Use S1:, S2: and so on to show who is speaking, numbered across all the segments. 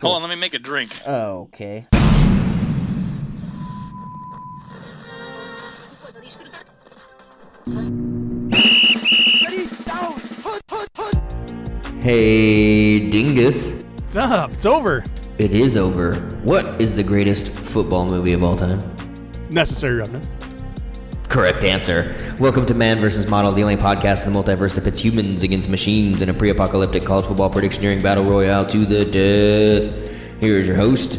S1: Hold on, let me make a drink.
S2: Okay.
S3: Hey, Dingus.
S4: It's up. It's over.
S3: It is over. What is the greatest football movie of all time?
S4: Necessary remnant.
S3: Correct answer. Welcome to Man vs. Model, the only podcast in the multiverse that pits humans against machines in a pre apocalyptic college football predictioneering battle royale to the death. Here is your host,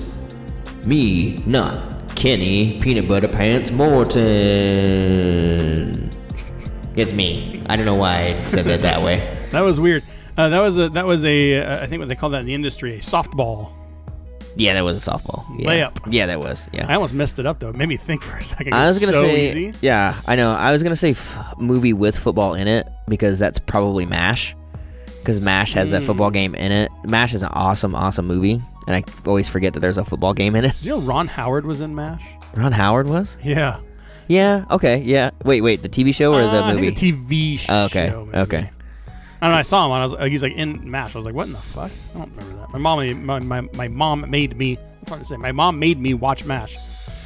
S3: me, not Kenny, Peanut Butter Pants Morton. It's me. I don't know why I said that that way.
S4: That was weird. Uh, that was a that was a uh, I think what they call that in the industry a softball.
S3: Yeah, that was a softball. Yeah.
S4: Layup.
S3: Yeah, that was. Yeah.
S4: I almost messed it up though. It made me think for a second.
S3: I was
S4: It's
S3: gonna
S4: so
S3: say,
S4: easy.
S3: yeah, I know. I was gonna say f- movie with football in it because that's probably Mash, because Mash has
S4: Hmm.
S3: that football game in it. Mash is an awesome, awesome movie, and I always forget that there's a football game in it.
S4: Did you know Ron Howard was in Mash?
S3: Ron Howard was.
S4: Yeah.
S3: Yeah. Okay. Yeah. Wait. Wait. The TV show or the
S4: Uh,
S3: movie?
S4: I think the TV show.
S3: Oh, okay,
S4: maybe.
S3: okay.
S4: I don't know. I saw him. And I was. uh, He was like in Mash. I was like, what in the fuck? I don't remember that. My mom. My, my, my mom made me. It's hard to say. My mom made me watch Mash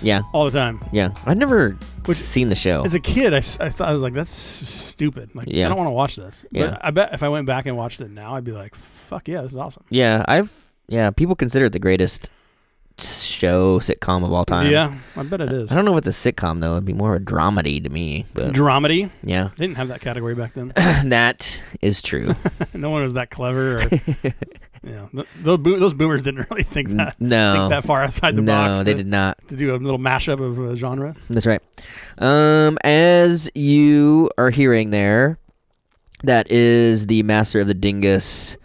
S3: yeah.
S4: all the time.
S3: Yeah. I've never
S4: Which-
S3: seen the show.
S4: As a kid, I, s- I thought I was like, that's s- stupid. Like,
S3: Yeah.
S4: I don't want to watch this.
S3: Yeah.
S4: But I bet if I went back and watched it now, I'd be like, fuck yeah, this is awesome.
S3: yeah. I've. Yeah. People consider it the greatest show sitcom of all time.
S4: yeah, I bet it is.
S3: I don't know if it's a sitcom though. It'd be more of a dramedy to me. But
S4: Dramedy.
S3: yeah.
S4: They didn't have that category back then.
S3: that is true.
S4: no one was that clever. Or, yeah, th- those, boo those boomers didn't really think that
S3: no.
S4: think that far outside the
S3: no,
S4: box.
S3: they
S4: to,
S3: did not.
S4: to do a little mashup of uh, genres.
S3: That's right. Um, as you are hearing there, that is the master of the dingus,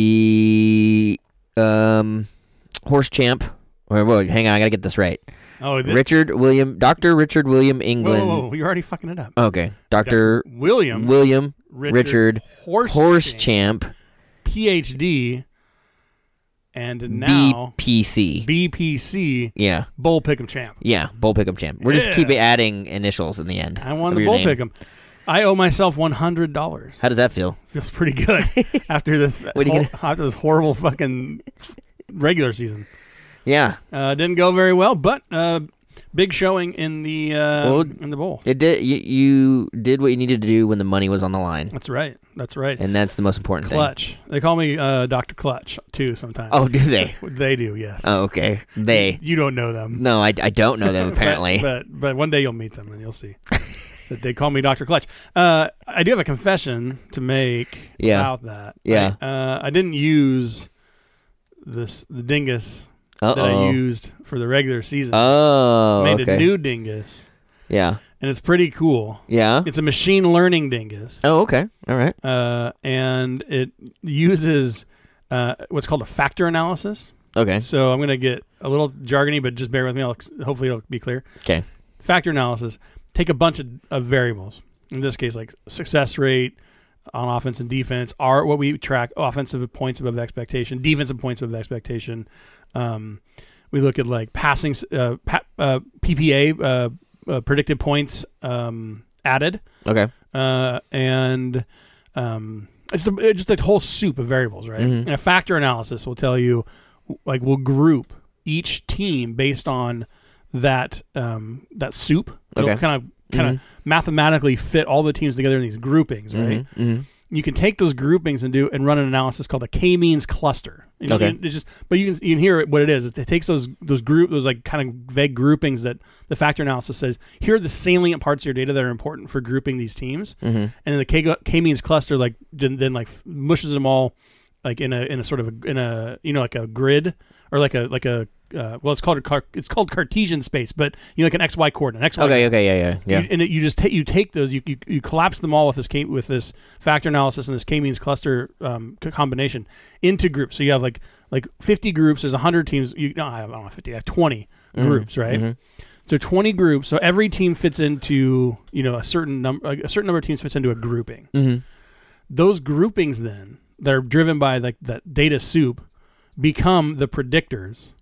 S3: the um, horse champ. Or, whoa, hang on, I gotta get this right.
S4: Oh, th-
S3: Richard William, Doctor Richard William
S4: whoa,
S3: England.
S4: whoa, whoa, you're already fucking it up.
S3: Okay, Doctor
S4: William
S3: William
S4: Richard,
S3: Richard,
S4: Horse,
S3: Horse Champ,
S4: PhD, and now
S3: BPC.
S4: BPC
S3: yeah,
S4: Bull Pick'em Champ.
S3: yeah, Bull Pick'em Champ. We're just
S4: Yeah.
S3: keep adding initials in the end.
S4: I won
S3: of
S4: the
S3: your
S4: bull
S3: name.
S4: pick'em. I owe myself one hundred dollars.
S3: How does that feel?
S4: Feels pretty good after this
S3: What are you
S4: hor- after this horrible fucking s- regular season.
S3: Yeah,
S4: Uh, didn't go very well, but uh, big showing in the uh,
S3: Well-
S4: in the bowl.
S3: It did. You, you did what you needed to do when the money was on the line,
S4: That's right. That's right.
S3: and that's the most important
S4: Clutch. They call me uh, Doctor Clutch too sometimes.
S3: thing. Oh, do they?
S4: they do. Yes.
S3: Oh, okay. They.
S4: you don't know them.
S3: No, I, I don't know them apparently.
S4: But, but but one day you'll meet them and you'll see. that they call me Doctor Clutch. Uh, I do have a confession to make
S3: Yeah.
S4: about that.
S3: Yeah.
S4: I, uh, I didn't use this the dingus
S3: Uh
S4: that I
S3: oh.
S4: used for the regular season.
S3: Oh.
S4: Made
S3: okay.
S4: a new dingus,
S3: yeah.
S4: and it's pretty cool.
S3: Yeah.
S4: It's a machine learning dingus,
S3: Oh, okay. All right.
S4: uh, and it uses uh, what's called a factor analysis.
S3: Okay.
S4: So I'm going to get a little jargony, but just bear with me. I'll, ex- hopefully, it'll be clear.
S3: Okay.
S4: Factor analysis take a bunch of, of variables. In this case, like success rate on offense and defense are what we track offensive points above expectation, defensive points above expectation. Um, we look at like passing uh, pa- uh, PPA, uh, uh, predicted points um, added,
S3: Okay.
S4: uh, and um, it's the, it's just the whole soup of variables, right?
S3: Mhm.
S4: And a factor analysis will tell you, like, we'll group each team based on that um, that soup. It'll
S3: Okay. Mm-hmm.
S4: kind of kind of mathematically fit all the teams together in these groupings, right?
S3: hmm
S4: You can take those groupings and do and run an analysis called a K-means cluster. You know,
S3: Okay.
S4: it- it's just, but you can you can hear it, what it is. It takes those those group those like kind of vague groupings that the factor analysis says here are the salient parts of your data that are important for grouping these teams
S3: hmm
S4: and then the K K means cluster like then, then like f- mushes them all like in a in a sort of a, in a you know like a grid or like a like a uh, well it's called a car, it's called Cartesian space but you know like an x y coordinate x y
S3: Okay. Okay. Yeah. Yeah.
S4: you,
S3: Yeah.
S4: and it, you just take you take those you, you you collapse them all with this K with this factor analysis and this K means cluster um, c- combination into groups so you have like like fifty groups there's hundred teams you no I, have, I don't have fifty I have 20 groups right.
S3: mhm.
S4: So twenty groups. So every team fits into you know a certain number. A certain number of teams fits into a grouping
S3: Mhm.
S4: those groupings then that are driven by like that data soup become the predictors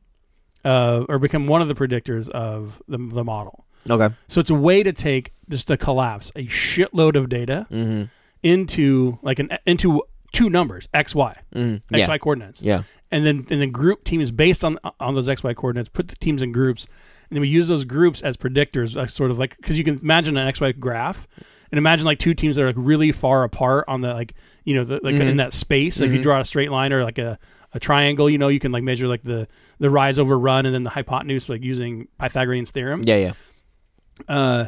S4: uh, or become one of the predictors of the, the model
S3: Okay.
S4: so it's a way to take just the collapse a shitload of data
S3: Mm-hmm.
S4: into like an into two numbers x y
S3: Mm-hmm.
S4: x y
S3: Yeah.
S4: coordinates
S3: Yeah.
S4: and then and then group teams based on on those x y coordinates. Put the teams in groups, and then we use those groups as predictors, uh, sort of like because you can imagine an x y graph, and imagine like two teams that are like really far apart on the like you know the, like in
S3: Mm-hmm.
S4: that space. Like if you draw a straight line or like a a triangle, you know you can like measure like the the rise over run and then the hypotenuse like using Pythagorean's theorem
S3: Yeah, yeah.
S4: uh,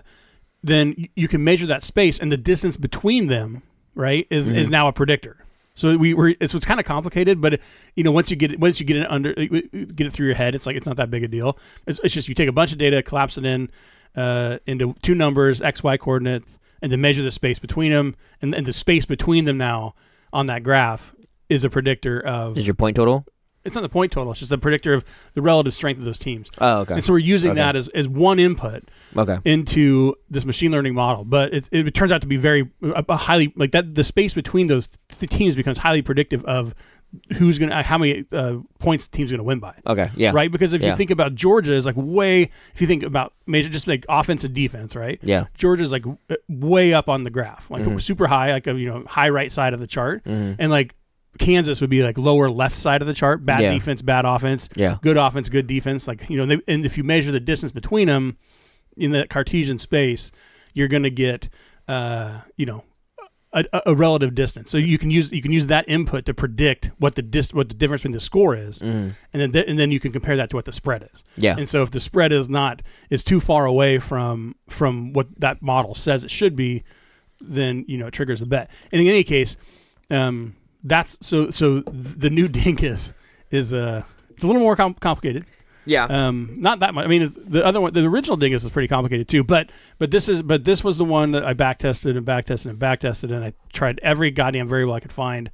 S4: then y- you can measure that space and the distance between them, right, is, is
S3: Mm-hmm.
S4: now a predictor. So we were it's, it's kind of complicated, but you know once you get it once you get it under uh, get it through your head, it's like it's not that big a deal. It's, it's just you take a bunch of data, collapse it in uh, into two numbers, x y coordinates, and then measure the space between them, and, and the space between them now on that graph is a predictor of
S3: Is your point total?
S4: it's not the point total, it's just a predictor of the relative strength of those teams.
S3: Oh, okay.
S4: And so we're using
S3: Okay.
S4: that as, as one input
S3: Okay.
S4: into this machine learning model, but it, it turns out to be very a, a highly like that. The space between those th- teams becomes highly predictive of who's going to how many uh, points the team's going to win by.
S3: Okay. Yeah.
S4: Right, because if
S3: Yeah.
S4: you think about Georgia is like way, if you think about major, just like offense and defense, right?
S3: Yeah.
S4: Georgia's like w- uh, way up on the graph,
S3: Mm-hmm.
S4: like super high, like a, you know high right side of the chart, and like Kansas would be like lower left side of the chart. Bad
S3: Yeah.
S4: defense, bad offense.
S3: Yeah.
S4: good offense, good defense. Like you know, they, and if you measure the distance between them in that Cartesian space, you're going to get uh, you know a, a- a relative distance. So you can use you can use that input to predict what the dis- what the difference between the score is,
S3: Mm.
S4: and then th- and then you can compare that to what the spread is.
S3: Mm-hmm. Yeah.
S4: And so if the spread is not is too far away from from what that model says it should be, then you know it triggers a bet. And in any case, um, that's so so the new dink is is uh, it's a little more com- complicated.
S3: Yeah.
S4: Um, not that much. I mean, it's- the other one, the original Dingus is pretty complicated too. But but this is but this was the one that I back tested and back tested and back tested, and I tried every goddamn variable I could find.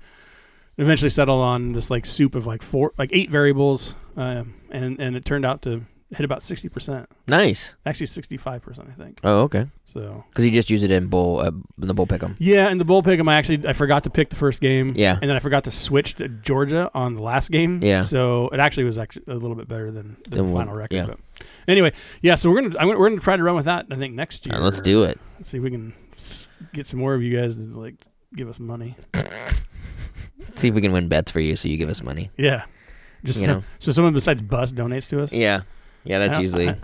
S4: and Eventually settled on this like soup of like four, like eight variables, um, and and it turned out to hit about sixty percent,
S3: nice.
S4: actually sixty five percent, I think.
S3: Oh, okay.
S4: So
S3: Because you just use it in bull, uh, in the bull pick'em.
S4: yeah, and the bull pick 'em, I actually I forgot to pick the first game.
S3: Yeah.
S4: and then I forgot to switch to Georgia on the last game.
S3: Yeah.
S4: so it actually was actually a little bit better than, than
S3: Than
S4: the
S3: what-
S4: final record.
S3: yeah.
S4: But anyway, yeah, so we're gonna, I'm gonna we're gonna try to run with that. I think next year.
S3: All right, let's do it.
S4: Let's see if we can s- get some more of you guys to like give us money.
S3: See if we can win bets for you, so you give us money.
S4: Yeah, just
S3: You
S4: so,
S3: know.
S4: so someone besides Buzz donates to us.
S3: Yeah. Yeah.
S4: I
S3: That's
S4: don't-
S3: usually.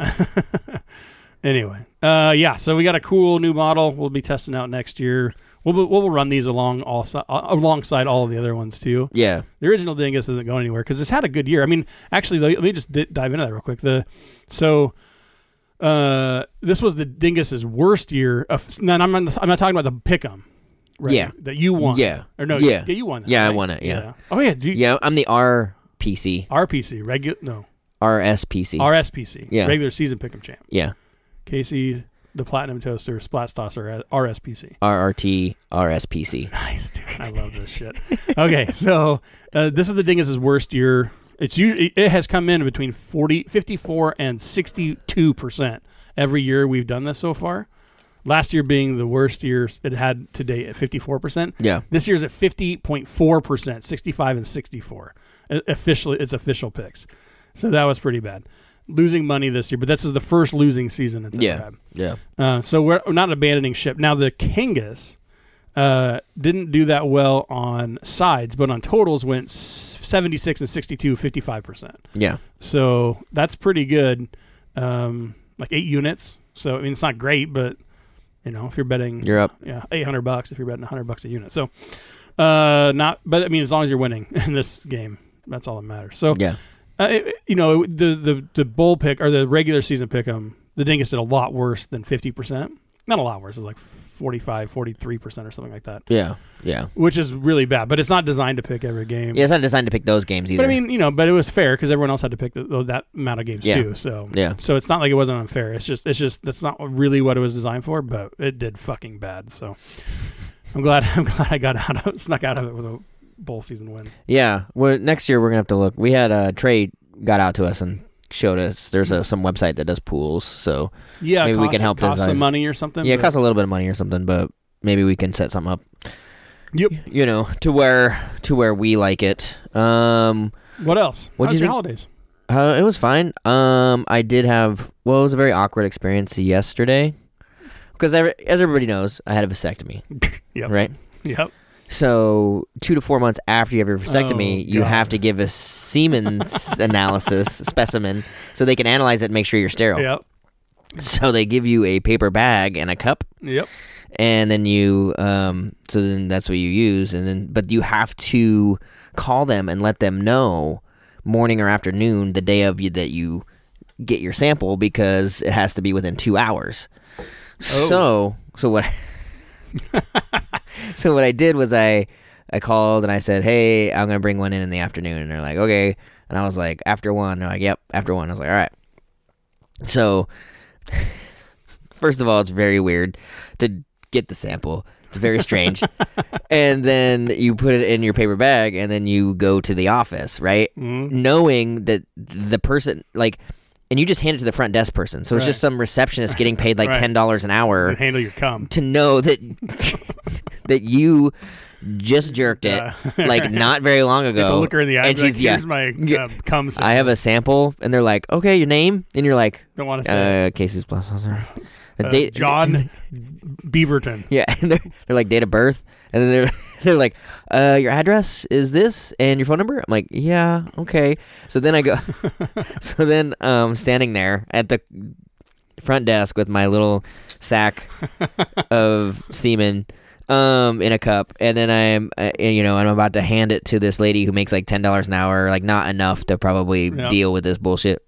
S4: anyway, uh, yeah. So we got a cool new model. We'll be testing out next year. We'll be- we'll run these along all si- uh, alongside all of the other ones too.
S3: yeah.
S4: The original Dingus isn't going anywhere because it's had a good year. I mean, actually, let let me just di- dive into that real quick. The so. Uh, this was the Dingus's worst year. Of, no, I'm not, I'm not talking about the pick'em, right?
S3: Yeah.
S4: that you won.
S3: Yeah.
S4: or no?
S3: Yeah.
S4: yeah, you won. That,
S3: Yeah, I
S4: right?
S3: won it, yeah.
S4: Oh yeah, do you,
S3: Yeah. I'm the RPC.
S4: RPC regular no
S3: RSPC.
S4: RSPC
S3: Yeah.
S4: regular season pick'em champ.
S3: yeah.
S4: Casey, the Platinum Toaster, Splats Tosser, RSPC.
S3: RRT. RSPC.
S4: Nice, dude. I love this shit. Okay, so uh, this is the Dingus's worst year. It's usually it has come in between 40, 54 and sixty two percent every year we've done this so far. Last year being the worst year it had to date at fifty four percent.
S3: Yeah.
S4: This year's at fifty point four percent, sixty five and sixty four. Officially, it's official picks. So that was pretty bad. Losing money this year, but this is the first losing season it's ever
S3: Yeah.
S4: had.
S3: Yeah.
S4: Uh, so we're, we're not abandoning ship. Now the Kangas uh, didn't do that well on sides, but on totals went s- 76 and 62, 55 percent.
S3: Yeah.
S4: So that's pretty good. Um, like eight units. So I mean, it's not great, but you know, if you're betting,
S3: You're up.
S4: yeah, eight hundred bucks if you're betting hundred bucks a unit. So uh, not, but I mean, as long as you're winning in this game, that's all that matters. So
S3: Yeah.
S4: uh, it- it- you know the the the bowl pick or the regular season pick 'em the dingus did a lot worse than 50% not a lot worse it's like 45 43% or something like that
S3: Yeah. Yeah.
S4: which is really bad but it's not designed to pick every game
S3: Yeah. It's not designed to pick those games either.
S4: but i mean you know but it was fair because everyone else had to pick th th- that amount of games
S3: Yeah.
S4: too so
S3: Yeah.
S4: so it's not like it wasn't unfair it's just it's just that's not really what it was designed for but it did fucking bad so i'm glad i'm glad i got out of snuck out of it with a bowl season win
S3: Yeah. Well, next year we're gonna have to look. We had uh, Trey got out to us and showed us. There's a, some website that does pools. So
S4: yeah it
S3: Maybe we
S4: cost-
S3: can help
S4: cost some
S3: design-
S4: money or something
S3: yeah, it
S4: but-
S3: costs a little bit of money or something, but maybe we can set something up.
S4: Yep.
S3: You know, to where to where we like it. Um,
S4: what else
S3: What'd
S4: How's
S3: you
S4: your
S3: think-
S4: holidays
S3: uh, it was fine. Um, I did have well, it was a very awkward experience yesterday because as everybody knows, I had a vasectomy.
S4: Yep.
S3: Right.
S4: Yep.
S3: So two to four months after you have your vasectomy,
S4: Oh,
S3: you
S4: God.
S3: have to give a semen s- analysis specimen so they can analyze it and make sure you're sterile.
S4: Yep.
S3: So they give you a paper bag and a cup,
S4: Yep.
S3: and then you um, so then that's what you use, and then but you have to call them and let them know morning or afternoon the day of you that you get your sample because it has to be within two hours. So so what so what I did was I I called and I said, "Hey, I'm gonna bring one in in the afternoon," and they're like, "Okay," and I was like, "After one," they're like, "Yep, after one." I was like, "All right." So, first of all, it's very weird to get the sample. It's very strange, and then you put it in your paper bag, and then you go to the office, right?
S4: Mm.
S3: knowing that the person like and you just hand it to the front desk person so it's just
S4: Right.
S3: some receptionist getting paid like
S4: Right.
S3: $10 an
S4: Can
S3: hour
S4: handle your cum.
S3: to know that that you just jerked it
S4: Yeah.
S3: like not very long ago
S4: You have to look her in Uh, the eye.
S3: and
S4: And
S3: she's
S4: like,
S3: yeah
S4: Here's my
S3: Yeah.
S4: uh, cum.
S3: i have a sample and they're like okay your name and you're like
S4: Don't want to say.
S3: uh, casey's plus the
S4: Uh,
S3: date
S4: John Beaverton.
S3: yeah and they're, they're like date of birth and then they're they're like uh, your address is this and your phone number i'm like yeah okay so then i go so then um standing there at the front desk with my little sack of semen um in a cup and then i'm uh, and, you know i'm about to hand it to this lady who makes like $10 an hour like not enough to probably
S4: Yeah.
S3: deal with this bullshit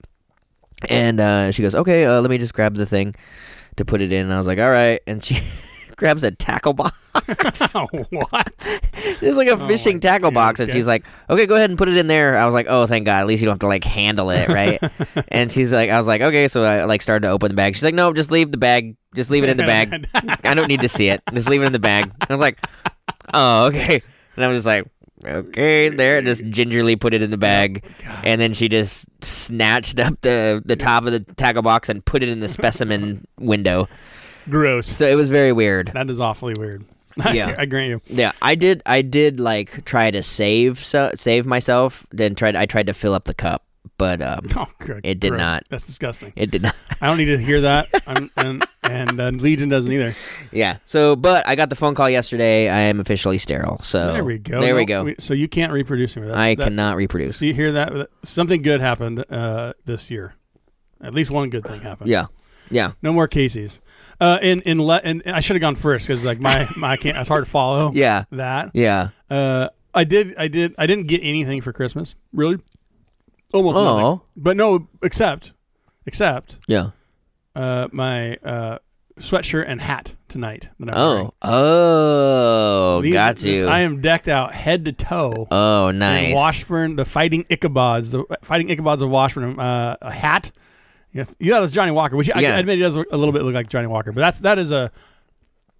S3: and uh, she goes okay uh, let me just grab the thing to put it in and i was like all right and she grabs a tackle box
S4: Oh, what? Oh,
S3: it's like a
S4: my
S3: fishing tackle
S4: God,
S3: box and
S4: okay.
S3: she's like okay go ahead and put it in there i was like oh thank god at least you don't have to like handle it right and she's like i was like okay so i like started to open the bag she's like no just leave the bag just leave it in the bag I don't need to see it. Just leave it in the bag. I was like, oh, okay. And I was just like, okay, there. And just gingerly put it in the bag. And then she just snatched up the, the top of the tackle box and put it in the specimen window.
S4: Gross.
S3: So it was very weird.
S4: That is awfully weird.
S3: Yeah.
S4: I grant you.
S3: Yeah, I did. I did like try to save so, save myself. Then tried. I tried to fill up the cup, but um,
S4: Oh, good.
S3: It did
S4: gross.
S3: not.
S4: That's disgusting.
S3: it did not.
S4: I don't need to hear that. I'm, and and uh, Legion doesn't either.
S3: Yeah. So, but I got the phone call yesterday. I am officially sterile. So
S4: there we go.
S3: There we
S4: No,
S3: go.
S4: So you can't reproduce anymore. That's-
S3: I
S4: that,
S3: cannot reproduce.
S4: So you hear that? Something good happened uh, this year. At least one good thing happened.
S3: Yeah. Yeah.
S4: No more Casey's. Uh, in in le- and and I should have gone first because like my my I can't. It's hard to follow.
S3: Yeah.
S4: That.
S3: Yeah.
S4: Uh, I did. I did. I didn't get anything for Christmas. Really. Almost nothing.
S3: Oh.
S4: But no, except except
S3: Yeah.
S4: uh, my uh, sweatshirt and hat tonight. That I'm wearing.
S3: Oh. Oh.
S4: These-
S3: got
S4: this-
S3: you.
S4: I am decked out head to toe.
S3: oh, nice.
S4: in Washburn, the Fighting Ichabods, the Fighting Ichabods of Washburn, uh, a hat. You know, you thought it was Johnny Walker, which
S3: Yeah.
S4: I admit he does look a little bit look like Johnny Walker, but that's that is a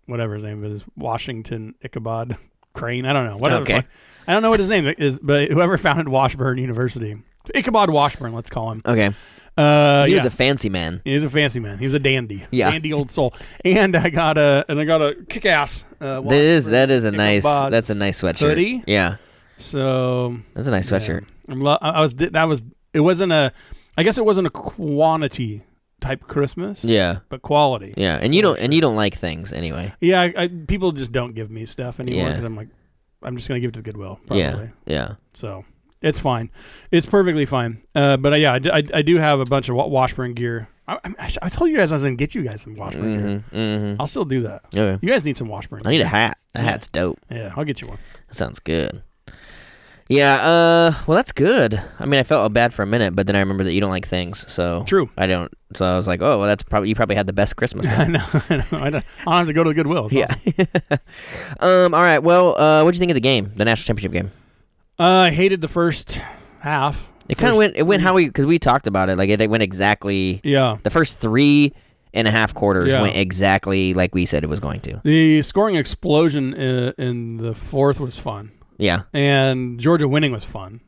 S4: whatever his name is, Washington Ichabod Crane. I don't know. Whatever. the
S3: Okay.
S4: fuck. I don't know what his name is, but whoever founded Washburn University, Ichabod Washburn, let's call him.
S3: Okay.
S4: Uh,
S3: he
S4: yeah.
S3: was a fancy man.
S4: He was a fancy man. He was a dandy.
S3: Yeah.
S4: Dandy old soul. And I got a and I got a kick ass. Uh,
S3: That is that is a
S4: Washburn
S3: nice
S4: Ichabods.
S3: that's a nice sweatshirt.
S4: hoodie?
S3: Yeah.
S4: so
S3: That's a nice sweatshirt.
S4: Yeah. I'm lo- I I was that was it wasn't a I guess it wasn't a quantity type Christmas,
S3: Yeah.
S4: but quality.
S3: Yeah. And you don't and you don't like things anyway.
S4: Yeah, I, I, people just don't give me stuff anymore
S3: Yeah.
S4: because I'm like, I'm just gonna give it to Goodwill. Probably.
S3: Yeah. Yeah.
S4: So it's fine, it's perfectly fine. Uh, but uh, yeah, I, d- I d- I do have a bunch of Wa- Washburn gear. I, I, I told you guys I was gonna get you guys some Washburn gear.
S3: Mm-hmm. Mm-hmm.
S4: I'll still do that.
S3: Okay.
S4: You guys need some Washburn.
S3: I need a hat. That
S4: Oh. Yeah.
S3: hat's dope.
S4: Yeah, I'll get you one.
S3: That sounds good. Yeah, uh well that's good. I mean I felt bad for a minute, but then I remember that you don't like things, so
S4: True.
S3: I don't so I was like, Oh well that's probably you probably had the best Christmas then.
S4: I know. I know. I don't I don't have to go to the Goodwill. It's
S3: Yeah. um. All right. Well, uh, what'd you think of the game, the national championship game?
S4: Uh, I hated the first half.
S3: It kind of
S4: First
S3: went. It went
S4: three-
S3: how we because we talked about it. Like it, it went exactly
S4: Yeah.
S3: the first three and a half quarters
S4: Yeah.
S3: went exactly like we said it was going to.
S4: The scoring explosion in, in the fourth was fun,
S3: Yeah.
S4: and Georgia winning was fun.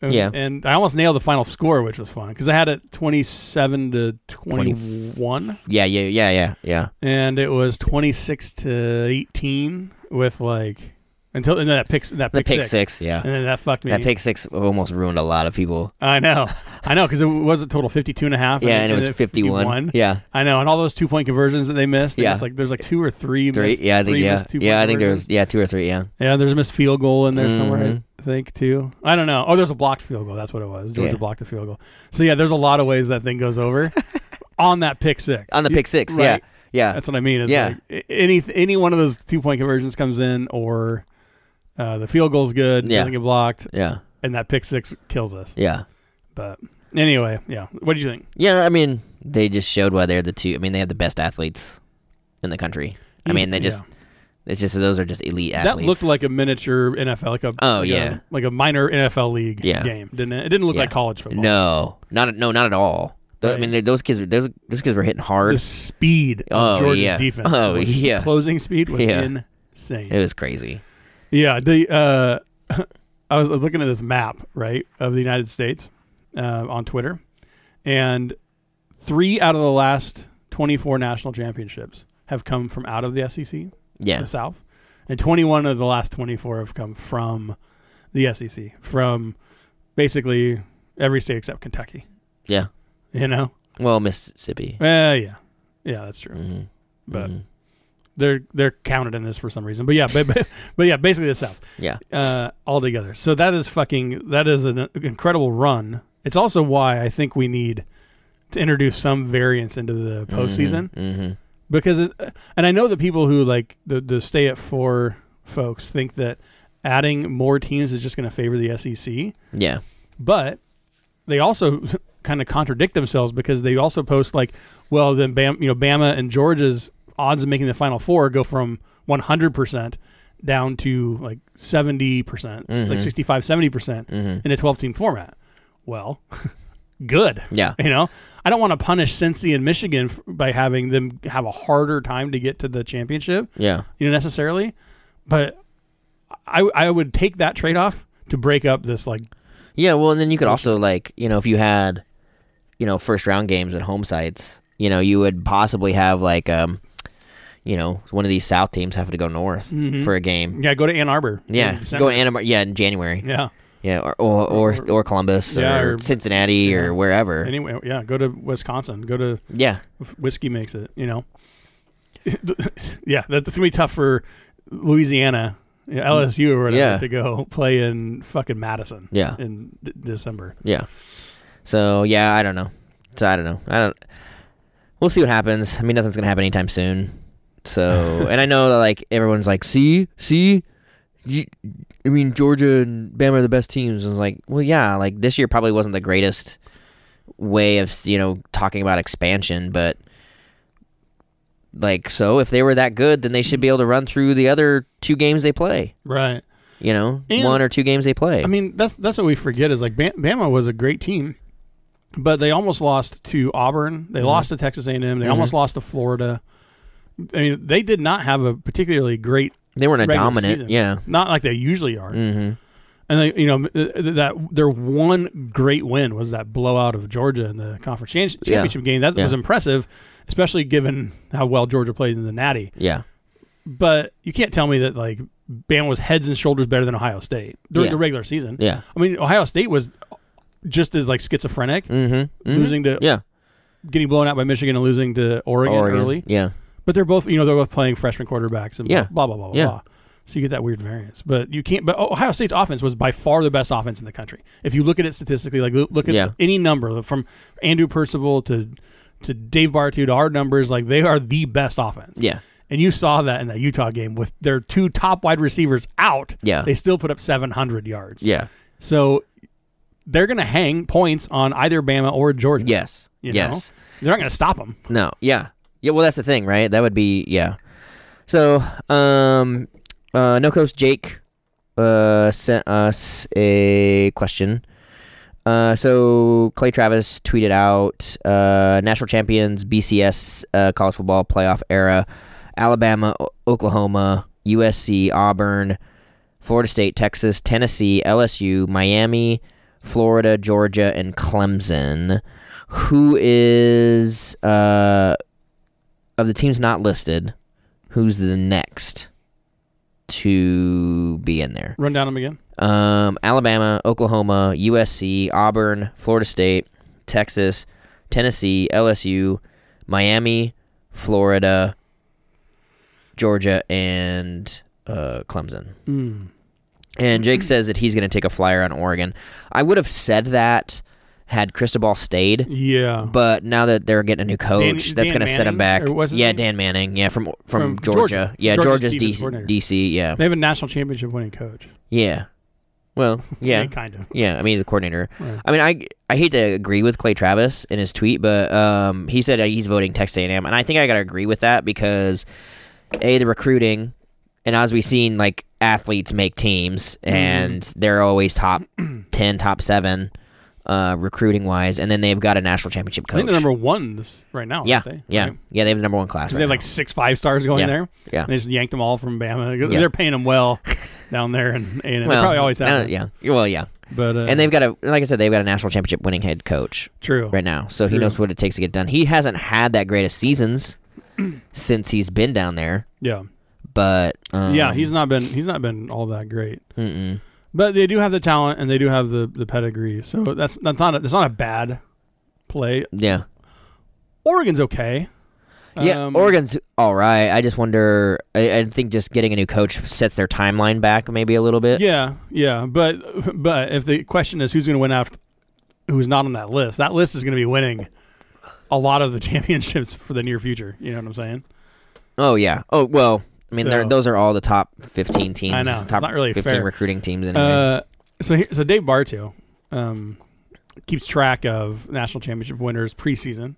S4: And,
S3: Yeah.
S4: and I almost nailed the final score, which was fun because I had it twenty-seven to
S3: Twenty-
S4: twenty-one,
S3: Yeah. Yeah. Yeah. Yeah. Yeah.
S4: and it was twenty-six to eighteen with like until and then that pick that
S3: The
S4: pick,
S3: pick six. yeah.
S4: and then that fucked me.
S3: That pick six almost ruined a lot of people.
S4: I know. I know because it was a total 52 and a half.
S3: Yeah, and it was 51. Yeah.
S4: I know, and all those two point conversions that they missed. Yeah,
S3: Yeah.
S4: like there's like two or three.
S3: Three,
S4: missed-
S3: yeah, I think
S4: three
S3: yeah,
S4: missed two-point
S3: yeah, I think there
S4: conversions.
S3: was yeah two or three, yeah,
S4: Yeah, there's a missed field goal in there somewhere,
S3: Mhm.
S4: I think, too. I don't know. Oh, there's a blocked field goal. That's what it was. Georgia
S3: Yeah.
S4: blocked a field goal. So, yeah, there's a lot of ways that thing goes over on that pick six.
S3: on the
S4: You-
S3: pick six,
S4: right.
S3: yeah, yeah,
S4: That's what I mean. Is
S3: Yeah.
S4: like, a- any, any one of those two point conversions comes in, or uh, the field goal's good,
S3: Yeah.
S4: doesn't get blocked,
S3: yeah,
S4: and that pick six kills us.
S3: yeah,
S4: But anyway, yeah. What do you think?
S3: yeah. I mean, they just showed why they're the two. I mean, they have the best athletes in the country. I mean, they just
S4: Yeah.
S3: it's just those are just elite
S4: that
S3: athletes.
S4: looked like a miniature NFL, like a
S3: Oh,
S4: like a-
S3: yeah.
S4: like a minor NFL league
S3: Yeah.
S4: game, didn't it? It didn't look
S3: Yeah.
S4: like college football.
S3: no, not no, not at all. Th-
S4: Right.
S3: I mean, they, those kids, those those kids were hitting hard.
S4: the speed of
S3: Oh,
S4: Georgia's
S3: yeah.
S4: defense.
S3: Oh,
S4: was-
S3: yeah.
S4: Closing speed was
S3: Yeah.
S4: insane.
S3: it was crazy.
S4: Yeah. The uh, I was looking at this map right of the United States uh, on Twitter, and three out of the last twenty-four national championships have come from out of the SEC,
S3: Yeah,
S4: the South, and twenty-one of the last twenty-four have come from the SEC, from basically every state except Kentucky.
S3: yeah.
S4: You know?
S3: Well, Mississippi,
S4: Uh, yeah. Yeah, that's true.
S3: Mhm.
S4: But
S3: Mhm.
S4: they're they're counted in this for some reason. But yeah, but, but, but yeah, basically the South
S3: yeah,
S4: uh, altogether. So that is fucking that is an incredible run. It's also why I think we need to introduce some variance into the postseason
S3: Mm-hmm.
S4: because it, and I know that people who like the the stay at four folks think that adding more teams is just going to favor the E SEC,
S3: Yeah,
S4: but they also kind of contradict themselves because they also post like, well, then Bam, you know, Bama and Georgia's odds of making the Final Four go from 100 percent down to like 70 percent, like
S3: Mhm.
S4: 65, 70 percent
S3: hmm
S4: in a 12 team format. Well, good.
S3: yeah,
S4: You know, I don't want to punish Cincy and Michigan f- by having them have a harder time to get to the championship,
S3: yeah,
S4: you know, necessarily. But I, I would take that trade off to break up this like
S3: yeah. Well, and then you could also like you know if you had you know first round games at home sites, you know you would possibly have like um you know one of these South teams have to go north
S4: Mhm.
S3: for a game.
S4: Yeah, go to Ann Arbor.
S3: Yeah,
S4: in December.
S3: go to Anna, yeah in January.
S4: yeah,
S3: Yeah, or or or, or Columbus
S4: Yeah,
S3: or,
S4: or-
S3: Cincinnati
S4: yeah.
S3: or wherever.
S4: anyway, yeah, go to Wisconsin. Go to
S3: yeah,
S4: whiskey makes it. You know, yeah, that- that's gonna be tough for Louisiana, you know, LSU or whatever,
S3: Mm, Yeah.
S4: to go play in fucking Madison
S3: yeah,
S4: in d- December.
S3: yeah. So yeah, I don't know. So I don't know. I don't. We'll see what happens. I mean, nothing's gonna happen anytime soon. So, and I know that like everyone's like, see, see, you, I mean, Georgia and Bama are the best teams. And it's like, well, yeah, like this year probably wasn't the greatest way of you know talking about expansion, but like, so if they were that good, then they should be able to run through the other two games they play.
S4: Right.
S3: You know,
S4: And-
S3: one or two games they play.
S4: I mean, that's that's what we forget is like Bam- Bama was a great team, but they almost lost to Auburn. They
S3: Mhm.
S4: lost to Texas A&M. They almost
S3: Mhm.
S4: lost to Florida. I mean, they did not have a particularly great,
S3: they weren't a
S4: regular
S3: dominant.
S4: season.
S3: Yeah.
S4: not like they usually are.
S3: Mm-hmm.
S4: And they, you know th- th- that their one great win was that blowout of Georgia in the conference chan-
S3: Yeah.
S4: championship game. That was
S3: Yeah.
S4: impressive, especially given how well Georgia played in the Natty.
S3: Yeah.
S4: But you can't tell me that like Bama was heads and shoulders better than Ohio State during
S3: Yeah.
S4: the regular season.
S3: Yeah.
S4: I mean, Ohio State was just as like schizophrenic,
S3: Mm-hmm.
S4: losing to
S3: Yeah.
S4: getting blown out by Michigan and losing to Oregon, early.
S3: Yeah.
S4: But they're both you know they're both playing freshman quarterbacks and
S3: Yeah.
S4: blah blah blah blah.
S3: Yeah.
S4: blah. So you get that weird variance, but you can't. But Ohio State's offense was by far the best offense in the country. If you look at it statistically, like lo- look at
S3: Yeah.
S4: any number from Andrew Percival to to Dave Bartu to our numbers, like they are the best offense.
S3: Yeah.
S4: And you saw that in that Utah game with their two top wide receivers out.
S3: Yeah.
S4: They still put up 700 yards.
S3: Yeah.
S4: So they're going to hang points on either Bama or Georgia.
S3: Yes.
S4: You know?
S3: yes.
S4: They're not going to stop them.
S3: No. Yeah. Yeah. Well, that's the thing, right? That would be yeah. So, um, uh, no coast Jake, uh, sent us a question. Uh, so Clay Travis tweeted out, uh, national champions BCS uh, college football playoff era, Alabama, O- Oklahoma, USC, Auburn, Florida State, Texas, Tennessee, LSU, Miami, Florida, Georgia, and Clemson. Who is uh of the teams not listed? Who's the next to be in there?
S4: Run down them again.
S3: Um, Alabama, Oklahoma, USC, Auburn, Florida State, Texas, Tennessee, LSU, Miami, Florida, Georgia, and uh, Clemson.
S4: Mm.
S3: And Jake says that he's going to take a flyer on Oregon. I would have said that had Cristobal stayed.
S4: Yeah.
S3: But now that they're getting a new coach, that's going
S4: Dan
S3: to set him back.
S4: Manning, or what's his
S3: Yeah,
S4: name?
S3: Dan Manning. Yeah, from from,
S4: From
S3: Georgia.
S4: Georgia.
S3: Yeah,
S4: Georgia's
S3: Georgia's,
S4: defense
S3: DC,
S4: coordinator.
S3: DC. Yeah,
S4: they have a national championship winning coach.
S3: yeah. Well, yeah,
S4: kind of.
S3: yeah. I mean, the coordinator.
S4: Right.
S3: I mean, I I hate to agree with Clay Travis in his tweet, but um, he said uh, he's voting Texas A&M, and I think I gotta agree with that because a the recruiting, and as we've seen, like athletes make teams,
S4: Mm-hmm.
S3: and they're always top ten, top seven, uh, recruiting wise, and then they've got a national championship
S4: I
S3: coach.
S4: think they're number one this, right now.
S3: yeah,
S4: aren't they?
S3: yeah,
S4: Right?
S3: yeah. They have the number one class.
S4: 'Cause
S3: Right
S4: they have
S3: now.
S4: like six five stars going
S3: Yeah.
S4: there.
S3: Yeah.
S4: And they just yanked them all from Bama.
S3: Yeah.
S4: They're paying them well down there, and, and they probably always
S3: now-
S4: have.
S3: yeah. Well, yeah,
S4: But uh,
S3: and they've got a like I said, they've got a national championship winning head coach
S4: true.
S3: right now, so he
S4: True.
S3: knows what it takes to get done. He hasn't had that great of seasons since he's been down there,
S4: Yeah.
S3: but um,
S4: yeah. He's not been he's not been all that great.
S3: mm-mm.
S4: But they do have the talent and they do have the, the pedigree. So that's that's not a, that's not a bad play.
S3: yeah,
S4: Oregon's okay.
S3: yeah.
S4: Um,
S3: Oregon's all right. I just wonder. I, I think just getting a new coach sets their timeline back maybe a little bit.
S4: Yeah, yeah, but but if the question is who's going to win after who's not on that list, that list is going to be winning a lot of the championships for the near future. You know what I'm saying?
S3: Oh yeah. Oh well. I mean, they're
S4: So-
S3: those are all the top fifteen teams.
S4: I know, it's
S3: Top
S4: not really
S3: fifteen
S4: fair.
S3: recruiting teams. Anyway.
S4: Uh, so here, so Dave Barto um, keeps track of national championship winners preseason,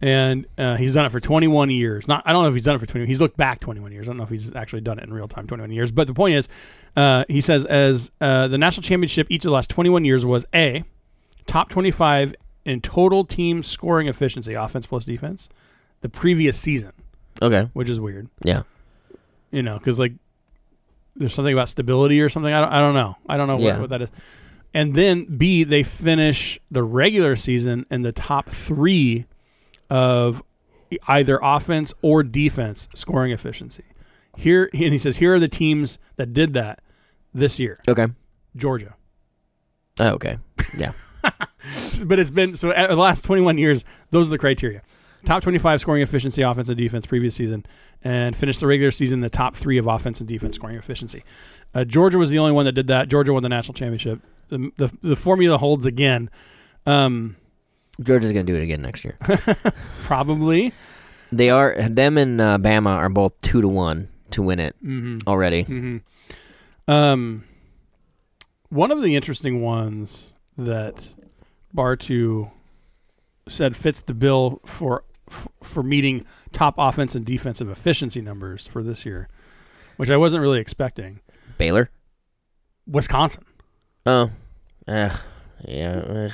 S4: and uh, he's done it for 21 years. Not I don't know if he's done it for 20. He's looked back 21 years. I don't know if he's actually done it in real time 21 years. But the point is, uh, he says as uh, the national championship each of the last 21 years was a top 25 in total team scoring efficiency, offense plus defense, the previous season,
S3: okay.
S4: which is weird
S3: Yeah.
S4: you know, because like there's something about stability or something. I don't, I don't know. I don't know
S3: Yeah.
S4: what, what that is. And then B, they finish the regular season in the top three of e, either offense or defense scoring efficiency. Here and he says, here are the teams that did that this year:
S3: Okay.
S4: Georgia.
S3: Oh, okay.
S4: but it's been so uh, the last 21 years. Those are the criteria: top 25 scoring efficiency, offense and defense previous season, and finished the regular season in the top three of offense and defense scoring efficiency. Uh, Georgia was the only one that did that. Georgia won the national championship. The the, the formula holds again, um,
S3: Georgia's gonna do it again next year.
S4: probably.
S3: They are them and uh, Bama are both two to one to win it
S4: Mm-hmm.
S3: already.
S4: hmm Um, one of the interesting ones that Bartu said fits the bill for f- for meeting top offense and defensive efficiency numbers for this year, which I wasn't really expecting.
S3: Baylor.
S4: Wisconsin
S3: Oh, ugh, yeah. Ugh.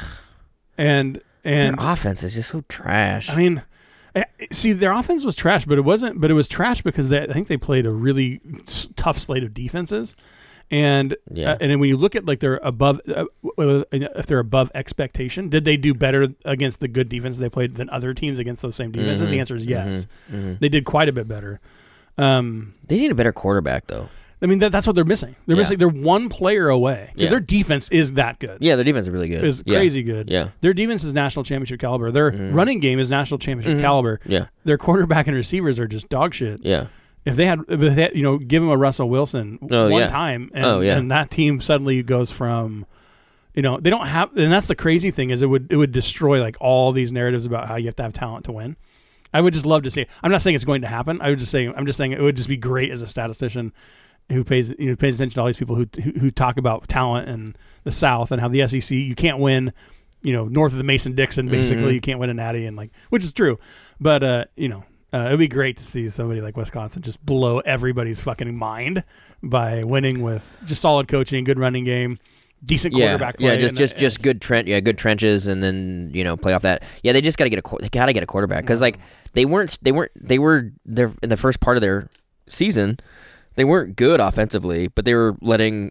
S4: and and
S3: Their offense is just so trash.
S4: I mean, I- see, their offense was trash, but it wasn't. But it was trash because they, I think they played a really s- tough slate of defenses, and
S3: yeah,
S4: Uh, and then when you look at like they're above, uh, w- w- if they're above expectation, did they do better against the good defense they played than other teams against those same defenses?
S3: Mhm.
S4: The answer is yes.
S3: Mhm. Mhm.
S4: They did quite a bit better. Um,
S3: They need a better quarterback though.
S4: I mean that, that's what they're missing. They're
S3: Yeah.
S4: missing. They're one player away because
S3: Yeah.
S4: their defense is that good.
S3: Yeah, their defense is really good.
S4: Is
S3: yeah.
S4: crazy good.
S3: Yeah,
S4: Their defense is national championship caliber. Their
S3: Mhm.
S4: running game is national championship
S3: Mhm.
S4: caliber.
S3: yeah,
S4: Their quarterback and receivers are just dog shit.
S3: yeah.
S4: If they had, if they had you know, give him a Russell Wilson
S3: Oh,
S4: one
S3: yeah.
S4: time, and,
S3: Oh, yeah.
S4: and that team suddenly goes from, you know, they don't have, and that's the crazy thing is it would it would destroy like all these narratives about how you have to have talent to win. I would just love to see. I'm not saying it's going to happen. I would just saying I'm just saying it would just be great as a statistician who pays you know, pays attention to all these people who, who who talk about talent and the South and how the SEC you can't win, you know, north of the Mason Dixon basically
S3: Mhm.
S4: you can't win a Natty and like which is true, but uh you know. Uh, it'd be great to see somebody like Wisconsin just blow everybody's fucking mind by winning with just solid coaching, good running game, decent
S3: Yeah,
S4: quarterback play.
S3: yeah, just
S4: and- uh,
S3: just
S4: and-
S3: just good trench, yeah, good trenches, and then you know play off that. Yeah, they just got to get a quar- they got to get a quarterback because like they weren't they weren't they were they're in the first part of their season, they weren't good offensively, but they were letting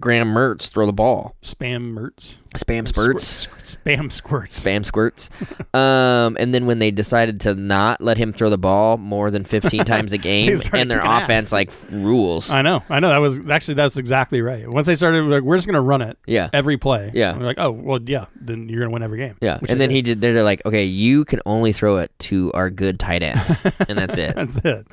S3: Graham Mertz throw the ball.
S4: Spam Mertz.
S3: Spam spurts.
S4: Squirt- Spam squirts.
S3: Spam squirts. um, and then when they decided to not let him throw the ball more than 15 times a game,
S4: started
S3: and their
S4: kicking ass.
S3: offense like rules.
S4: I know. I know. That was actually that's exactly right. Once they started, like we're just gonna run it
S3: yeah.
S4: every play.
S3: Yeah.
S4: And we're like, oh well, yeah. Then you're gonna win every game.
S3: Yeah.
S4: Which
S3: and
S4: they
S3: then he did, they're like, okay, you can only throw it to our good tight end. and that's it.
S4: That's it.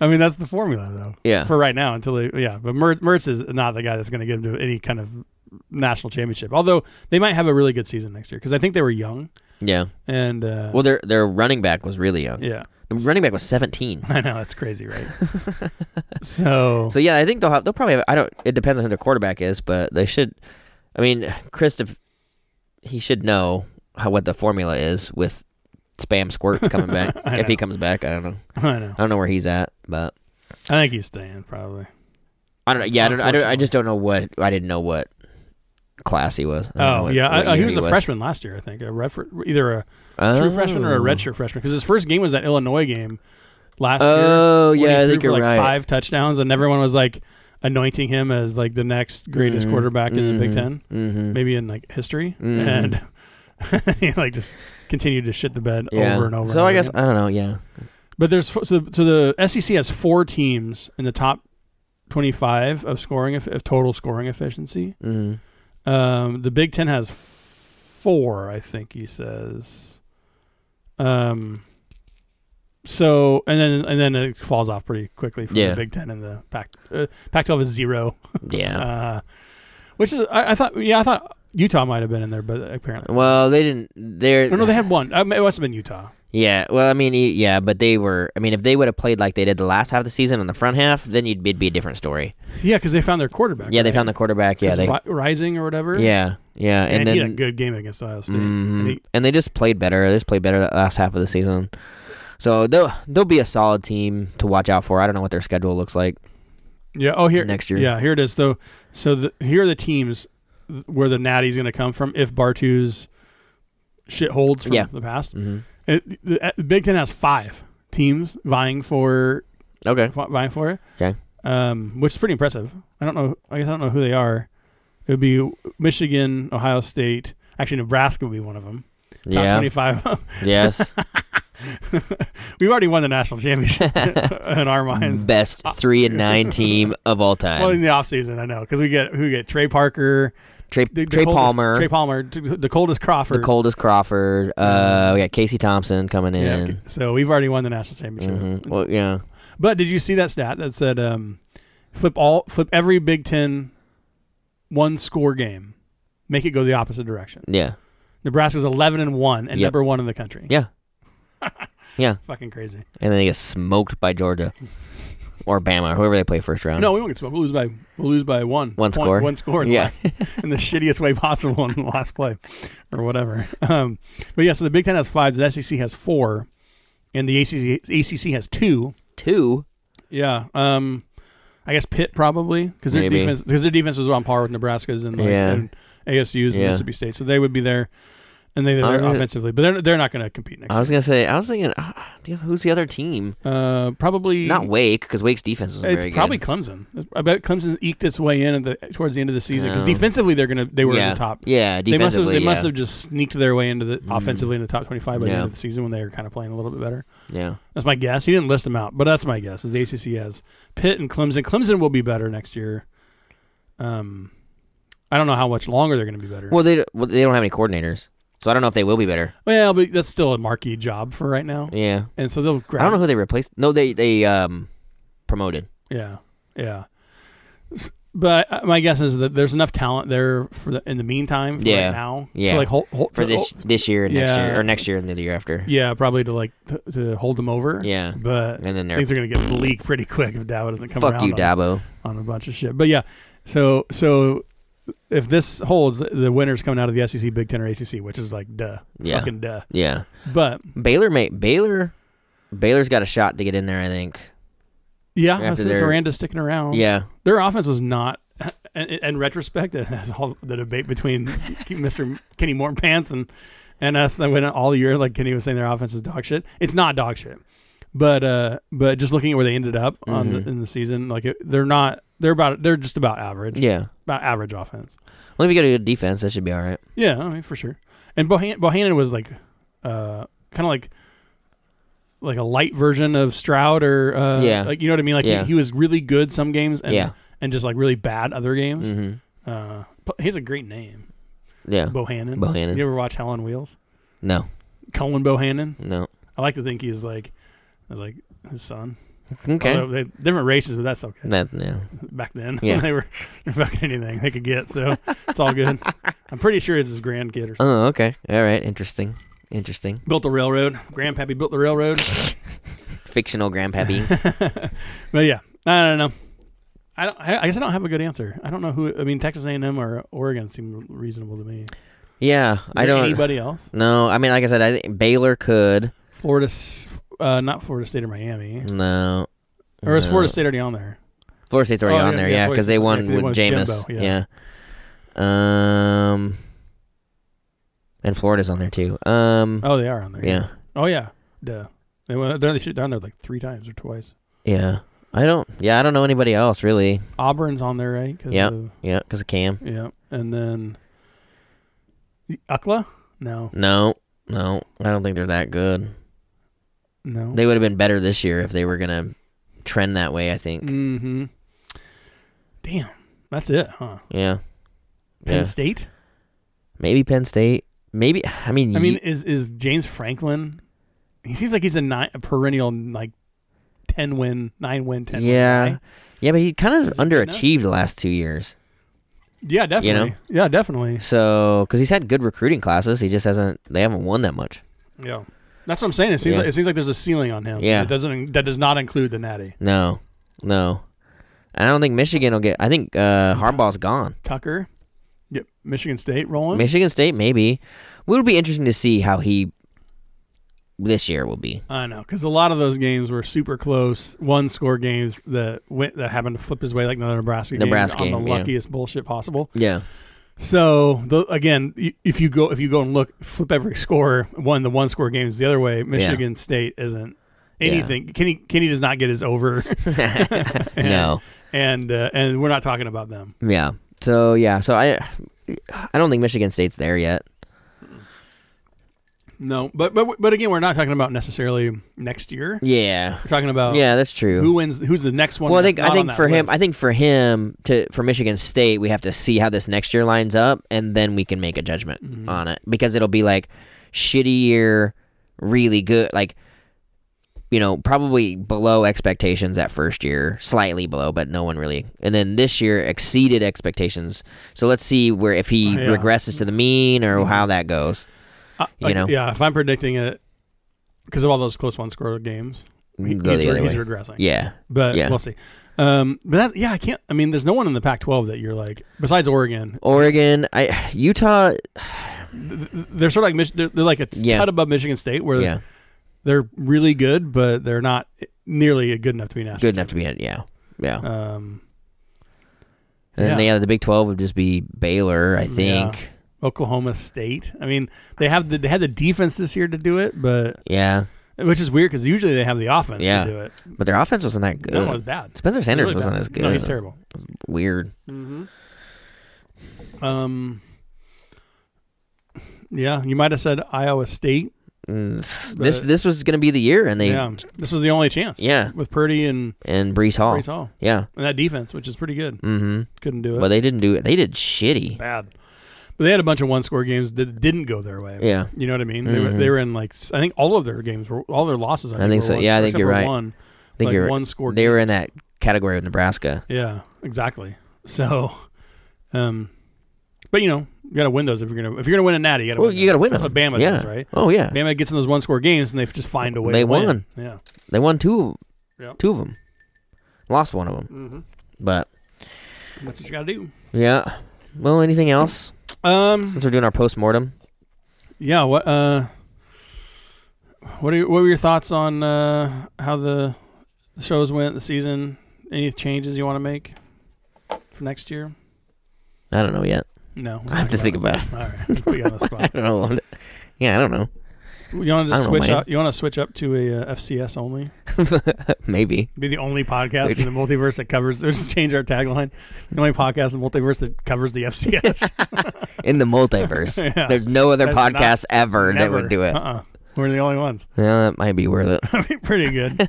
S4: I mean, that's the formula, though.
S3: Yeah.
S4: For right now, until they, yeah. But Mer- Mertz is not the guy that's going to get him to any kind of national championship. Although they might have a really good season next year because I think they were young
S3: Yeah.
S4: and uh,
S3: Well, their their running back was really young.
S4: yeah.
S3: The running back was 17.
S4: I know that's crazy, right? so,
S3: So yeah, I think they'll have they'll probably have I don't it depends on who their quarterback is, but they should I mean, Christoph he should know how what the formula is with spam squirts coming back.
S4: I
S3: if he
S4: know.
S3: comes back, I don't know.
S4: I know.
S3: I don't know where he's at, but
S4: I think he's staying probably.
S3: I don't know. Yeah, I don't I don't I just don't know what I didn't know what class he was. I don't know
S4: Oh
S3: what-
S4: yeah,
S3: what
S4: I, I, he
S3: year
S4: was a freshman last year, I think. A Redford, either a true
S3: Oh.
S4: freshman or a redshirt freshman because his first game was that Illinois game last year.
S3: Oh,
S4: when he
S3: yeah, I
S4: threw
S3: think
S4: for
S3: you're
S4: like
S3: right.
S4: Five touchdowns, and everyone was like anointing him as like the next greatest
S3: Mhm,
S4: quarterback in the Big
S3: mhm,
S4: Ten,
S3: mhm.
S4: maybe in like history,
S3: Mhm.
S4: and he like just continued to shit the bed
S3: Yeah.
S4: over and over.
S3: So
S4: and over
S3: I guess
S4: again.
S3: I don't know, yeah.
S4: but there's fo- so so the SEC has four teams in the top twenty-five of scoring eff- of total scoring efficiency.
S3: Mhm.
S4: Um, the Big Ten has f- four, I think he says. Um, so and then and then it falls off pretty quickly for
S3: Yeah.
S4: the Big Ten and the Pac uh, Pac-12 is zero,
S3: Yeah.
S4: uh, which is I, I thought yeah I thought Utah might have been in there, but apparently
S3: Well, they didn't. They're
S4: oh, no they had one. Um, it must have been Utah.
S3: yeah. Well, I mean, e- yeah, but they were. I mean, if they would have played like they did the last half of the season and the front half, then you'd, it'd be a different story.
S4: Yeah, because they found their quarterback.
S3: Yeah, they
S4: right?
S3: found the quarterback. Yeah, they.
S4: Ri- Rising or whatever.
S3: Yeah, yeah, and
S4: and, he had a
S3: then
S4: good game against Ohio State. And
S3: Mhm.
S4: he-
S3: and they just played better. They just played better that last half of the season. So they'll they'll be a solid team to watch out for. I don't know what their schedule looks like
S4: yeah. Oh here
S3: next year.
S4: Yeah, here it is. Though, so the, here are the teams th- where the Natty's going to come from if Bartu's shit holds from
S3: Yeah.
S4: the past.
S3: hmm
S4: It, the, uh, the Big Ten has five teams vying for
S3: Okay.
S4: fi- vying for it.
S3: Okay.
S4: um, which is pretty impressive. I don't know. I guess I don't know who they are. It would be Michigan, Ohio State. Actually, Nebraska would be one of them. Top
S3: Yeah.
S4: twenty-five.
S3: Yes.
S4: We've already won the national championship in our minds.
S3: Best three and nine team of all time.
S4: Uh, Well, in the offseason, I know because we get who get Trey Parker,
S3: Trey,
S4: the- the
S3: Trey
S4: coldest-
S3: Palmer.
S4: Trey Palmer, t- the coldest Crawford.
S3: the coldest Crawford. Uh, we got Casey Thompson coming in.
S4: Mm. Yeah, okay. So we've already won the national championship.
S3: Mhm. Well, yeah.
S4: But did you see that stat that said um, flip all flip every Big Ten one score game, make it go the opposite direction.
S3: Yeah.
S4: Nebraska's eleven and one and
S3: Yep.
S4: number one in the country.
S3: Yeah. Yeah.
S4: Fucking crazy.
S3: And then they get smoked by Georgia or Bama, whoever they play first round.
S4: No, we won't get smoked. We'll lose by we'll lose by one.
S3: One
S4: point-
S3: score.
S4: One score in the
S3: Yeah.
S4: last in the shittiest way possible in the last play or whatever. Um, but yeah, so the Big Ten has five, the SEC has four, and the ACC, ACC has two.
S3: Two.
S4: Yeah. Um, I guess Pitt probably because their
S3: Maybe.
S4: defense because their defense was on par with Nebraska's and, like,
S3: Yeah.
S4: and ASU's and
S3: Yeah.
S4: Mississippi State, so they would be there, and
S3: I
S4: they they're
S3: was
S4: there
S3: gonna-
S4: offensively, but they're they're not going to compete next.
S3: I was going to say, I was thinking, uh, who's the other team?
S4: year. Uh, probably
S3: Not Wake, because Wake's defense was
S4: It's
S3: very
S4: probably
S3: good.
S4: Clemson. I bet Clemson eked its way in at the, towards the end of the season because
S3: Oh.
S4: defensively they're gonna they were
S3: yeah.
S4: in the top.
S3: Yeah,
S4: They must have
S3: defensively.
S4: they must
S3: yeah.
S4: have just sneaked their way into the
S3: Mm.
S4: offensively in the top twenty five by the
S3: Yeah.
S4: end of the season when they were kind of playing a little bit better.
S3: yeah.
S4: That's my guess. He didn't list them out, but that's my guess. Is the ACC has Pitt and Clemson. Clemson will be better next year. Um, I don't know how much longer they're going to be better. Well,
S3: Well, they, well, they don't have any coordinators, so I don't know if they will be better.
S4: but that's still a marquee job for right now,
S3: Yeah.
S4: and so they'll.
S3: I don't know who they replaced. No, they, they um promoted.
S4: Yeah, yeah. S- But uh, my guess is that there's enough talent there for the, in the meantime. For
S3: Yeah.
S4: Right now.
S3: Yeah.
S4: To like hold, hold
S3: For this this year and next
S4: Oh. Yeah.
S3: year, or next year and the year after.
S4: yeah, probably to like t- to hold them over.
S3: Yeah.
S4: But
S3: And then they're,
S4: things are gonna get bleak pretty quick if Dabo doesn't come
S3: fuck
S4: around
S3: you,
S4: on,
S3: Dabo.
S4: on a bunch of shit. But yeah, so so if this holds, the winner's coming out of the SEC, Big Ten, or ACC, which is like duh,
S3: Yeah.
S4: fucking duh.
S3: Yeah.
S4: But
S3: Baylor, mate. Baylor, Baylor's got a shot to get in there, I think.
S4: yeah,
S3: After
S4: since
S3: their-
S4: Miranda's sticking around,
S3: Yeah.
S4: their offense was not. In, in retrospect, it has all the debate between Mr. Kenny Moore Pants and and us that went all year. Like Kenny was saying, their offense is dog shit. It's not dog shit, But uh, but just looking at where they ended up on
S3: Mm-hmm.
S4: the, in the season, like it, they're not they're about they're just about average,
S3: Yeah.
S4: about average offense.
S3: Well, if you got a good defense, that should be all right.
S4: Yeah, I mean for sure. And Bohan- Bohannon was like, uh, kind of like like a light version of Stroud or uh,
S3: Yeah.
S4: like you know what I mean. Like
S3: Yeah.
S4: he, he was really good some games, and
S3: Yeah.
S4: and just like really bad other games.
S3: Mm-hmm.
S4: Uh, but he has a great name,
S3: Yeah.
S4: Bohannon.
S3: Bohannon.
S4: You ever watch Hell on Wheels?
S3: No.
S4: Cullen Bohannon.
S3: No.
S4: I like to think he's like, I was like his son.
S3: Okay.
S4: Although they different races, but that's okay.
S3: That, yeah.
S4: Back then,
S3: Yeah.
S4: they were they're fucking anything they could get, so it's all good. I'm pretty sure it's his grandkid or something.
S3: Oh, okay. All right. Interesting. Interesting.
S4: built the railroad. Grandpappy built the railroad.
S3: Fictional grandpappy.
S4: but yeah, I don't know. I don't. I I guess I don't have a good answer. I don't know who. I mean, Texas A&M or Oregon seem reasonable to me. Is
S3: yeah. I
S4: there
S3: don't.
S4: Anybody else?
S3: No. I mean, like I said, I think Baylor could.
S4: Florida, s- uh, not Florida State or Miami,
S3: No.
S4: or is
S3: No.
S4: Florida State already on there?
S3: Florida State's already
S4: Oh,
S3: on
S4: yeah,
S3: there,
S4: yeah,
S3: yeah,
S4: Florida
S3: because they
S4: State.
S3: won
S4: Yeah, 'cause they
S3: with
S4: won with
S3: Jameis.
S4: Jimbo,
S3: yeah. Um. And Florida's on there too. Um.
S4: Oh, they are on there.
S3: yeah.
S4: Oh yeah. Duh. They went. They shoot down there like three times or twice.
S3: Yeah. I don't. Yeah, I don't know anybody else really.
S4: Auburn's on there, right? 'Cause
S3: Yep.
S4: of-
S3: Yeah, because of Cam.
S4: yeah. And then UCLA? No,
S3: No, no, I don't think they're that good.
S4: no.
S3: They would have been better this year if they were gonna trend that way. I think.
S4: mm-hmm. Damn, that's it, huh?
S3: Yeah.
S4: Penn
S3: yeah.
S4: State.
S3: Maybe Penn State. Maybe I mean.
S4: I mean,
S3: ye-
S4: is is James Franklin? He seems like he's a, nine, a perennial like ten win, nine win, ten. win
S3: yeah,
S4: guy.
S3: yeah, but he kind of
S4: Is it good enough?
S3: underachieved the last two years.
S4: yeah, definitely. Yeah, definitely.
S3: So, because he's had good recruiting classes, he just hasn't. They haven't won that much.
S4: Yeah, that's what I'm saying. It seems
S3: Yeah.
S4: like it seems like there's a ceiling on him.
S3: Yeah.
S4: it doesn't that does not include the Natty
S3: No, no. And I don't think Michigan will get. I think uh, Harbaugh's gone.
S4: Tucker. Get Michigan State rolling.
S3: Michigan State maybe. It'll be interesting to see how he this year will be.
S4: I know, because a lot of those games were super close, one score games that went that happened to flip his way, like the Nebraska,
S3: Nebraska
S4: game, on
S3: game,
S4: the
S3: yeah.
S4: luckiest bullshit possible.
S3: Yeah.
S4: So the, again, y- if you go if you go and look, flip every score, one the one score games the other way. Michigan State isn't
S3: Yeah.
S4: anything. Kenny Kenny does not get his over, And-
S3: no.
S4: and uh, and we're not talking about them.
S3: Yeah. So yeah. So I I don't think Michigan State's there yet.
S4: No, but but but again, we're not talking about necessarily next year.
S3: Yeah.
S4: We're talking about
S3: yeah, that's true.
S4: Oh. who wins, who's the next one.
S3: well, I
S4: that's
S3: think I
S4: not on
S3: think
S4: that
S3: for him, I
S4: list.
S3: think for him to for Michigan State, we have to see how this next year lines up, and then we can make a judgment
S4: Mhm.
S3: on it because it'll be like shitty year, really good, like you know, probably below expectations that first year, slightly below, but no one really. And then this year exceeded expectations. So let's see where if he
S4: Oh, yeah. Mm-hmm.
S3: regresses to the mean or how that goes.
S4: I-
S3: you
S4: like,
S3: know.
S4: Uh, yeah. If I'm predicting it because of all those close one score games,
S3: You
S4: he-
S3: can go
S4: he's,
S3: the
S4: re-
S3: other
S4: he's
S3: way.
S4: regressing.
S3: Yeah,
S4: but
S3: yeah.
S4: we'll see. Um, but that, yeah, I can't. I mean, there's no one in the Pac-12 that you're like besides Oregon.
S3: Oregon, I Utah.
S4: th- th- They're sort of like Mich- they're, they're like a
S3: Yeah.
S4: cut above Michigan State, where
S3: Yeah,
S4: they're really good, but they're not nearly good enough to be national.
S3: good enough to be in. Yeah, yeah.
S4: Um,
S3: And then
S4: Yeah. Mm,
S3: yeah, the Big Twelve would just be Baylor, I
S4: Yeah.
S3: think.
S4: Oklahoma State. I mean, they have the, they had the defense this year to do it, but
S3: Yeah,
S4: which is weird because usually they have the offense
S3: Yeah.
S4: to do it.
S3: but their offense wasn't that good.
S4: That one was bad.
S3: Spencer Sanders
S4: Really
S3: wasn't
S4: bad.
S3: as good.
S4: No, he's terrible.
S3: Weird.
S4: Mm-hmm. Um. Yeah, you might have said Iowa State.
S3: Mm, s- this
S4: But-
S3: this was gonna be the year, and they yeah,
S4: yeah, this was the only chance. with Purdy and
S3: and Brees Hall.
S4: Brees Hall
S3: Yeah.
S4: and that defense, which is pretty good.
S3: Mm-hmm.
S4: Couldn't do it.
S3: But they didn't do it. They did shitty.
S4: bad. But they had a bunch of one-score games that didn't go their way.
S3: Yeah.
S4: You know what I mean? They, were,
S3: Mhm.
S4: they were in like s- I think all of their games were all their losses. I,
S3: I think
S4: were
S3: so.
S4: one
S3: Yeah, I
S4: score,
S3: think
S4: except
S3: you're
S4: for
S3: right.
S4: One,
S3: I think
S4: like
S3: you're.
S4: one score.
S3: They
S4: game.
S3: were in that category with Nebraska.
S4: Yeah, exactly. So, um, but you know, you got to win those if you're gonna if you're gonna win a natty. You got to
S3: Well,
S4: win
S3: you
S4: those.
S3: gotta win
S4: That's
S3: them.
S4: what Bama
S3: yeah.
S4: does, right?
S3: Oh yeah.
S4: Bama gets in those one score games and they just find a way.
S3: They
S4: to win.
S3: won.
S4: Yeah.
S3: They won two.
S4: Yeah.
S3: Two of them. Lost one of them,
S4: Mm-hmm.
S3: but
S4: That's what you got to do.
S3: yeah. Well, anything else
S4: Um.
S3: since we're doing our post mortem?
S4: Yeah. What? Uh. What are your, what were your thoughts on uh, how the shows went the season? Any changes you want to make for next year?
S3: I don't know yet.
S4: No.
S3: I have to think about it.
S4: All right. Put you on the
S3: I
S4: spot.
S3: don't know. Yeah, I don't know.
S4: You want
S3: I
S4: to
S3: don't know,
S4: switch
S3: man.
S4: up? You want to switch up to a uh, FCS only?
S3: Maybe.
S4: Be the only podcast in the multiverse that covers. Let's change our tagline. The only podcast in the multiverse that covers the FCS.
S3: In the multiverse.
S4: Yeah.
S3: There's no other
S4: That's not-
S3: podcast ever that
S4: Never.
S3: would do it.
S4: Uh-uh. We're the only ones.
S3: Yeah, that might be worth it.
S4: I mean, pretty good.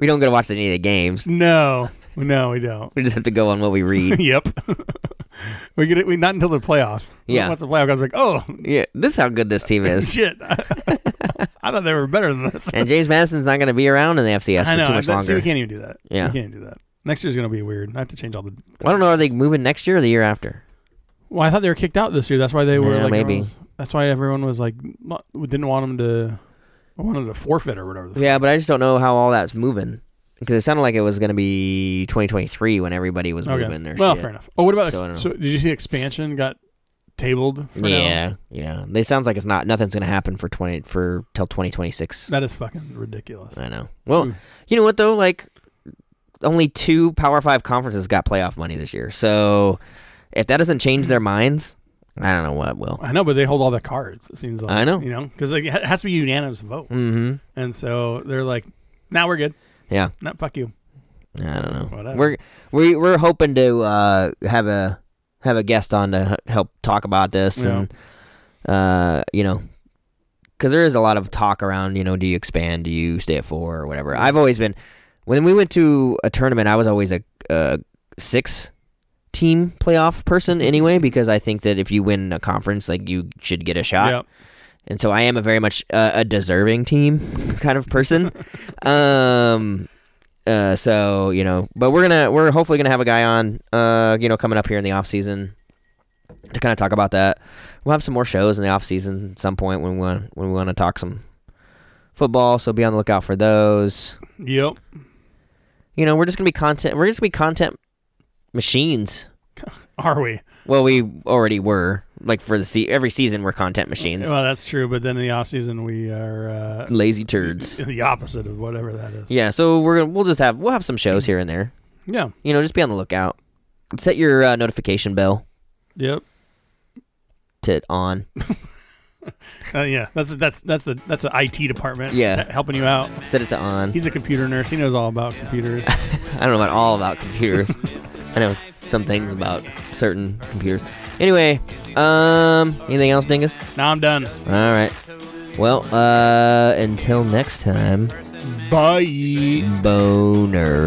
S3: We don't get to watch any of the games.
S4: no, no, we don't.
S3: We just have to go on what we read.
S4: yep. we get it. We not until the playoff.
S3: Yeah.
S4: Once the playoff goes, like, oh
S3: yeah, this is how good this team is.
S4: shit. I thought they were better than this.
S3: And James Madison's not going to be around in the FCS
S4: I know.
S3: for too much
S4: that- see,
S3: longer.
S4: we can't even do that.
S3: Yeah.
S4: We can't do that. Next year's gonna be weird. I have to change all the.
S3: I don't know. Are they moving next year or the year after?
S4: Well, I thought they were kicked out this year. That's why they were
S3: Yeah,
S4: like.
S3: maybe.
S4: everyone was- that's why everyone was like, mu- didn't want them to, wanted to forfeit or whatever. the f-
S3: Yeah, but I just don't know how all that's moving because it sounded like it was going to be 2023 when everybody was moving their
S4: well,
S3: shit.
S4: fair enough. Oh, what about
S3: So I don't
S4: ex- so? Did you see expansion got tabled? For now?
S3: yeah, yeah. It sounds like it's not. Nothing's going to happen for 20 for till 2026.
S4: That is fucking ridiculous.
S3: I know. Well,
S4: Ooh.
S3: you know what though? Like, only two Power Five conferences got playoff money this year. So if that doesn't change their minds, I don't know what will.
S4: I know, but they hold all the cards. It seems like
S3: I know.
S4: You know, because like, it ha- has to be unanimous vote,
S3: Mm-hmm.
S4: and so they're like, "Now we're good."
S3: Yeah.
S4: Not fuck you.
S3: I don't know.
S4: Whatever.
S3: We're we we're hoping to uh, have a have a guest on to h- help talk about this
S4: Yeah.
S3: and uh, you know because there is a lot of talk around you know do you expand do you stay at four or whatever. I've always been when we went to a tournament I was always a, a six team playoff person anyway because I think that if you win a conference like you should get a shot
S4: Yep.
S3: and so I am a very much uh, a deserving team kind of person. um, uh, so you know, but we're gonna we're hopefully gonna have a guy on, uh, you know, coming up here in the off season to kind of talk about that. We'll have some more shows in the off season at some point when we want when we want to talk some football. So be on the lookout for those.
S4: Yep.
S3: You know, we're just gonna be content. We're just gonna be content machines.
S4: Are we?
S3: Well, we already were like for the se- every season we're content machines.
S4: Well, that's true. But then in the off season, we are uh,
S3: Lazy turds.
S4: the opposite of whatever that is.
S3: Yeah, so we're gonna we'll just have we'll have some shows here and there.
S4: Yeah.
S3: You know, just be on the lookout. Set your uh, notification bell
S4: Yep.
S3: to on.
S4: Uh, yeah. That's that's that's the that's the IT department.
S3: Yeah.
S4: he- Helping you out.
S3: Set it to on.
S4: He's a computer nurse. He knows all about computers.
S3: I don't know about all about computers. I know some things about certain computers. Anyway, um, anything else, Dingus?
S4: now I'm done.
S3: All right. Well, uh, until next time,
S4: Bye.
S3: boners.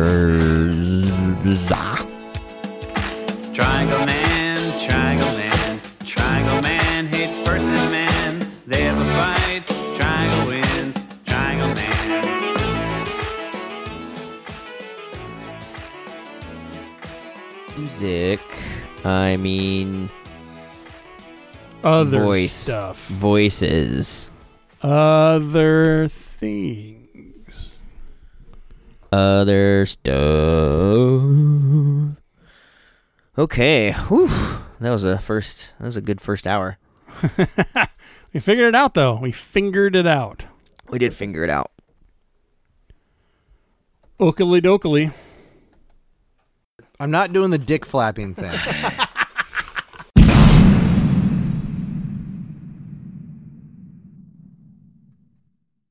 S1: Triangle Man, Triangle Man, Triangle Man hates person man. They have a fight, Triangle wins, Triangle Man.
S3: Music. I mean,
S4: Other
S3: Voice.
S4: stuff.
S3: voices.
S4: Other things.
S3: other stuff. Okay, Whew. that was a first. That was a good first hour.
S4: We figured it out though. We fingered it out.
S3: We did figure it out.
S4: Oakley dokley.
S2: I'm not doing the dick flapping thing.